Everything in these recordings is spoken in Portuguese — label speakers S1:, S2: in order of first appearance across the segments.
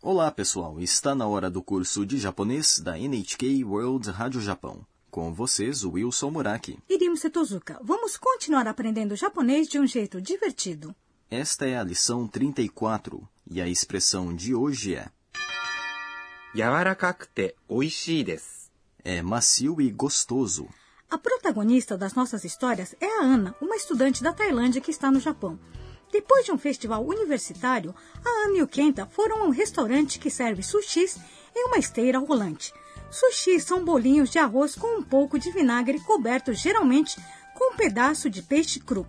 S1: Olá, pessoal! Está na hora do curso de japonês da NHK World Rádio Japão. Com vocês, o Wilson Muraki.
S2: Irimo Setozuka, vamos continuar aprendendo japonês de um jeito divertido.
S1: Esta é a lição 34 e a expressão de hoje é
S3: 柔らかくて美味しいです。
S1: é macio e gostoso.
S2: A protagonista das nossas histórias é a Ana, uma estudante da Tailândia que está no Japão. Depois de um festival universitário, a Ana e o Kenta foram a um restaurante que serve sushis em uma esteira rolante. Sushis são bolinhos de arroz com um pouco de vinagre cobertos geralmente com um pedaço de peixe cru.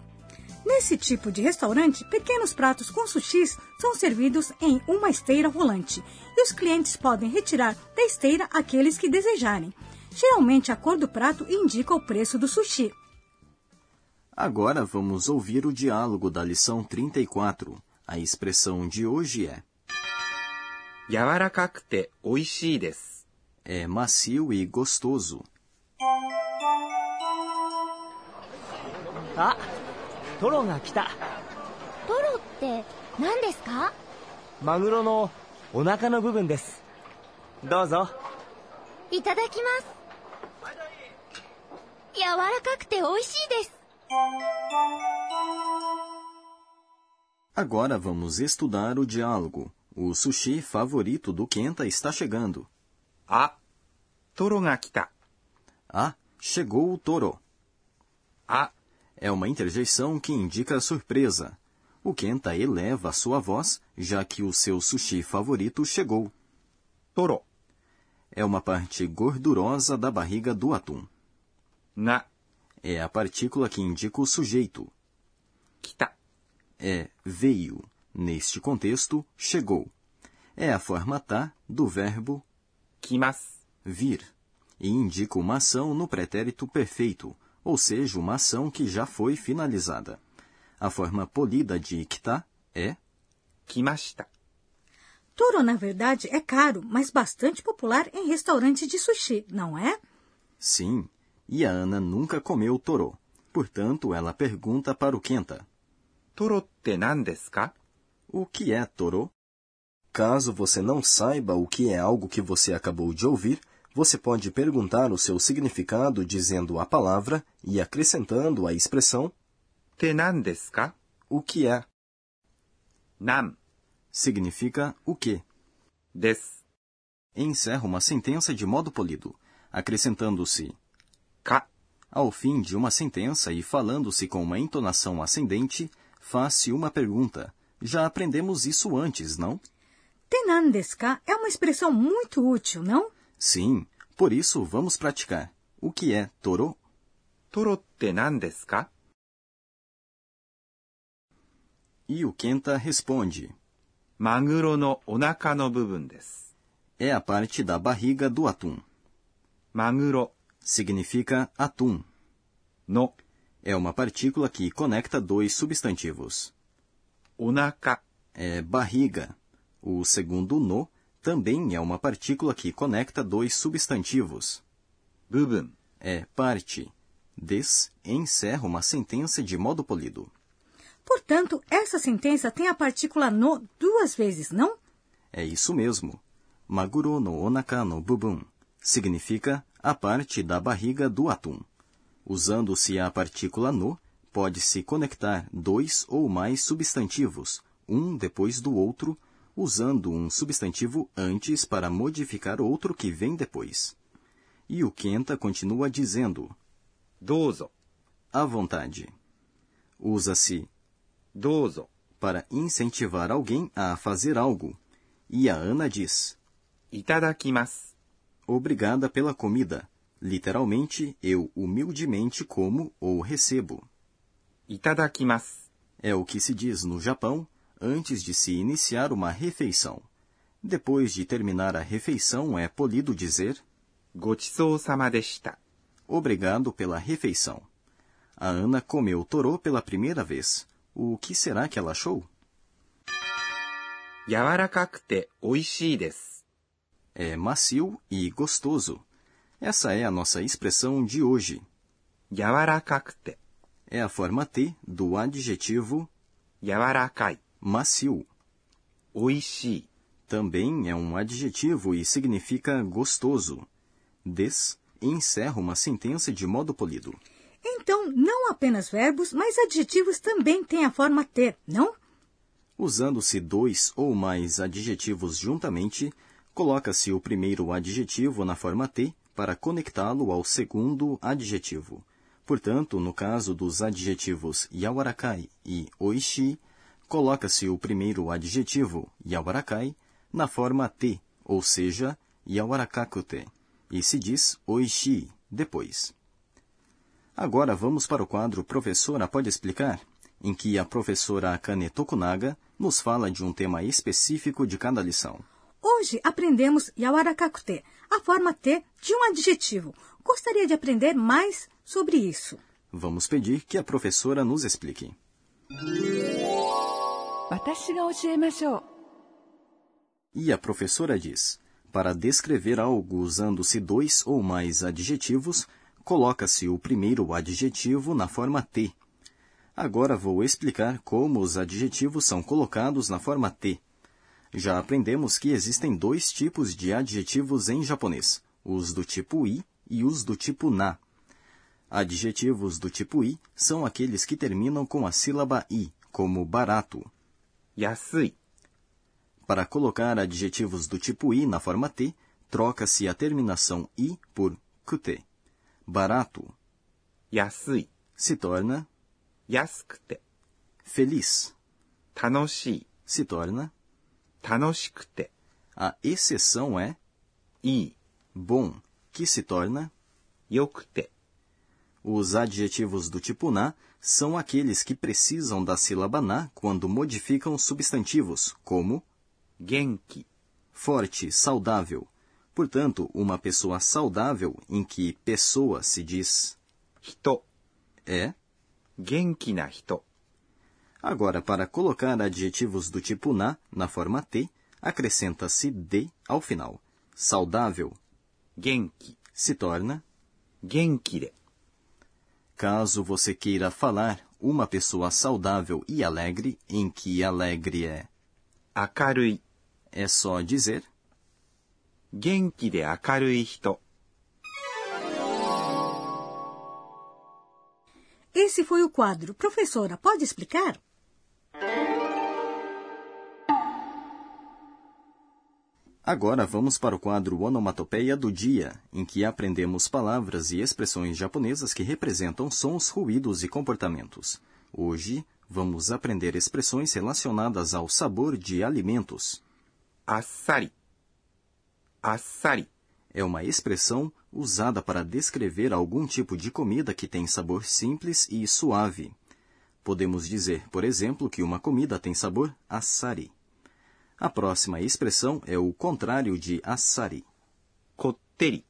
S2: Nesse tipo de restaurante, pequenos pratos com sushis são servidos em uma esteira rolante e os clientes podem retirar da esteira aqueles que desejarem. Geralmente, a cor do prato indica o preço do sushi.
S1: Agora vamos ouvir o diálogo da lição 34. A expressão de hoje é
S3: 柔らかくて美味しいです。
S1: é macio e gostoso.
S4: あトロが来た
S5: トロって何ですか
S4: マグロのお腹の部分ですどうぞ
S5: いただきます柔らかくて美味しいです
S1: Agora vamos estudar o diálogo. O sushi favorito do Kenta está chegando.
S3: あ、トロが来た。
S1: Ah, chegou o Toro.
S3: あ、
S1: É uma interjeição que indica surpresa. O Kenta eleva sua voz, já que o seu sushi favorito chegou.
S3: トロ、
S1: É uma parte gordurosa da barriga do atum.
S3: が、
S1: É a partícula que indica o sujeito.
S3: 来た。
S1: É veio. Neste contexto, chegou. É a forma tá do verbo
S3: 来ます。
S1: vir e indica uma ação no pretérito perfeito, ou seja, uma ação que já foi finalizada. A forma polida de ikta é
S3: 来ました。
S2: Toro, na verdade, é caro, mas bastante popular em restaurantes de sushi, não é?
S1: sim, e a Ana nunca comeu toro. Portanto, ela pergunta para o Kenta:
S3: トロって何ですか
S1: O que é toro? Caso você não saiba o que é algo que você acabou de ouvir, você pode perguntar o seu significado dizendo a palavra e acrescentando a expressão
S3: って何ですか
S1: o que é.
S3: なん、
S1: Significa o que.
S3: です、
S1: encerra uma sentença de modo polido, acrescentando-se
S3: か、
S1: ao fim de uma sentença e falando-se com uma entonação ascendente, faz-se uma pergunta. Já aprendemos isso antes, não?
S2: Tenan desu ka é uma expressão muito útil, não?
S1: Sim, por isso vamos praticar. O que é toro?
S3: トロって何ですか
S1: E o Kenta responde:
S3: マグロのお腹の部分です。
S1: é a parte da barriga do atum.
S3: マグロ
S1: Significa atum.
S3: の
S1: É uma partícula que conecta dois substantivos.
S3: お腹、
S1: é barriga. O segundo no também é uma partícula que conecta dois substantivos.
S3: 部分、
S1: É parte. Des encerra uma sentença de modo polido.
S2: Portanto, essa sentença tem a partícula no duas vezes, não?
S1: É isso mesmo. Maguro no onaka no bubun significa a parte da barriga do atum. Usando-se a partícula no, pode-se conectar dois ou mais substantivos, um depois do outro, usando um substantivo antes para modificar outro que vem depois. E o Kenta continua dizendo,
S3: どうぞ、
S1: à vontade. Usa-se
S3: どうぞ、
S1: para incentivar alguém a fazer algo. E a Ana diz,
S3: いただきます。
S1: Obrigada pela comida. Literalmente, eu humildemente como ou recebo.
S3: いただきます。
S1: É o que se diz no Japão antes de se iniciar uma refeição. Depois de terminar a refeição, é polido dizer
S3: ごちそうさまでした。
S1: obrigado pela refeição. A Ana comeu torô pela primeira vez. O que será que ela achou?
S3: 柔らかくて美味しいです。
S1: É macio e gostoso. Essa é a nossa expressão de hoje.
S3: 柔らかくて、
S1: É a forma T do adjetivo
S3: 柔らかい、
S1: macio.
S3: 美味しい。
S1: Também é um adjetivo e significa gostoso. Des encerra uma sentença de modo polido.
S2: Então, não apenas verbos, mas adjetivos também têm a forma ter, não?
S1: Usando-se dois ou mais adjetivos juntamente, coloca-se o primeiro adjetivo na forma T para conectá-lo ao segundo adjetivo. Portanto, no caso dos adjetivos yawarakai e oishi, coloca-se o primeiro adjetivo yawarakai na forma T, ou seja, yawarakakute, e se diz oishi depois. Agora vamos para o quadro Professora Pode Explicar, em que a professora Akane Tokunaga nos fala de um tema específico de cada lição.
S2: Hoje aprendemos yawarakakute, a forma T de um adjetivo. Gostaria de aprender mais sobre isso.
S1: Vamos pedir que a professora nos explique.
S6: 私が教えましょう
S1: E a professora diz: para descrever algo usando-se dois ou mais adjetivos, coloca-se o primeiro adjetivo na forma T. Agora vou explicar como os adjetivos são colocados na forma T. Já aprendemos que existem dois tipos de adjetivos em japonês: os do tipo i e os do tipo na. Adjetivos do tipo i são aqueles que terminam com a sílaba i, como barato.
S3: 安い、
S1: Para colocar adjetivos do tipo i na forma t, troca-se a terminação i por kute. Barato
S3: 安い、
S1: se torna
S3: 安くて、
S1: feliz,
S3: 楽しい、
S1: se torna.
S3: 楽しくて、
S1: A exceção é
S3: い
S1: bom, que se torna.
S3: い、良くて、
S1: Os adjetivos do tipo na são aqueles que precisam da sílaba na quando modificam substantivos, como
S3: 元気、
S1: forte, saudável. Portanto, uma pessoa saudável, em que pessoa se diz
S3: 人、
S1: é.
S3: 元気な人、
S1: Agora, para colocar adjetivos do tipo na na forma t, acrescenta-se de ao final. Saudável
S3: 元気、
S1: se torna.
S3: 元気で、
S1: Caso você queira falar uma pessoa saudável e alegre, em que alegre é,
S3: 明るい、
S1: é só dizer
S3: 元気で明るい人、
S2: Esse foi o quadro. Professora, pode explicar?
S1: Agora vamos para o quadro Onomatopeia do Dia, em que aprendemos palavras e expressões japonesas que representam sons, ruídos e comportamentos. Hoje, vamos aprender expressões relacionadas ao sabor de alimentos.
S3: あっさり、あっさり、
S1: É uma expressão usada para descrever algum tipo de comida que tem sabor simples e suave. Podemos dizer, por exemplo, que uma comida tem sabor assari. A próxima expressão é o contrário de assari.
S3: こってり、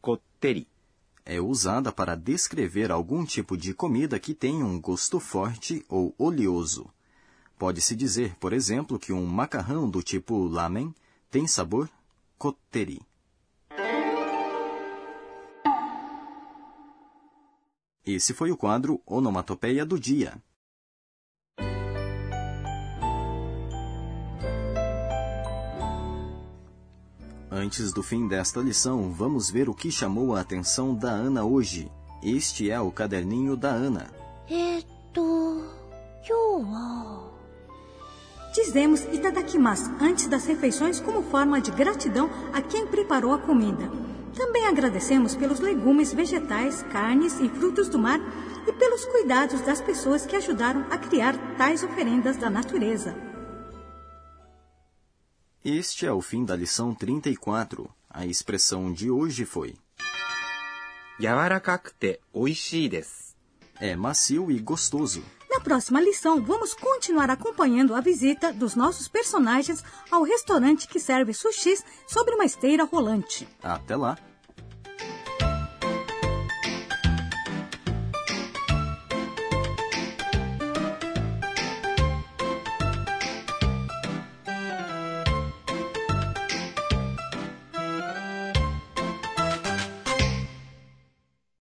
S3: こってり、
S1: é usada para descrever algum tipo de comida que tem um gosto forte ou oleoso. Pode-se dizer, por exemplo, que um macarrão do tipo lamen tem sabor kotteri. Esse foi o quadro Onomatopeia do Dia. Antes do fim desta lição, vamos ver o que chamou a atenção da Ana hoje. Este é o caderninho da Ana.
S5: えーっと、今日は、
S2: Dizemos itadakimasu antes das refeições como forma de gratidão a quem preparou a comida. Também agradecemos pelos legumes, vegetais, carnes e frutos do mar e pelos cuidados das pessoas que ajudaram a criar tais oferendas da natureza.
S1: Este é o fim da lição 34. A expressão de hoje foi:
S3: 柔らかくて美味しいです。
S1: é macio e gostoso.
S2: Na próxima lição, vamos continuar acompanhando a visita dos nossos personagens ao restaurante que serve sushis sobre uma esteira rolante.
S1: Até lá!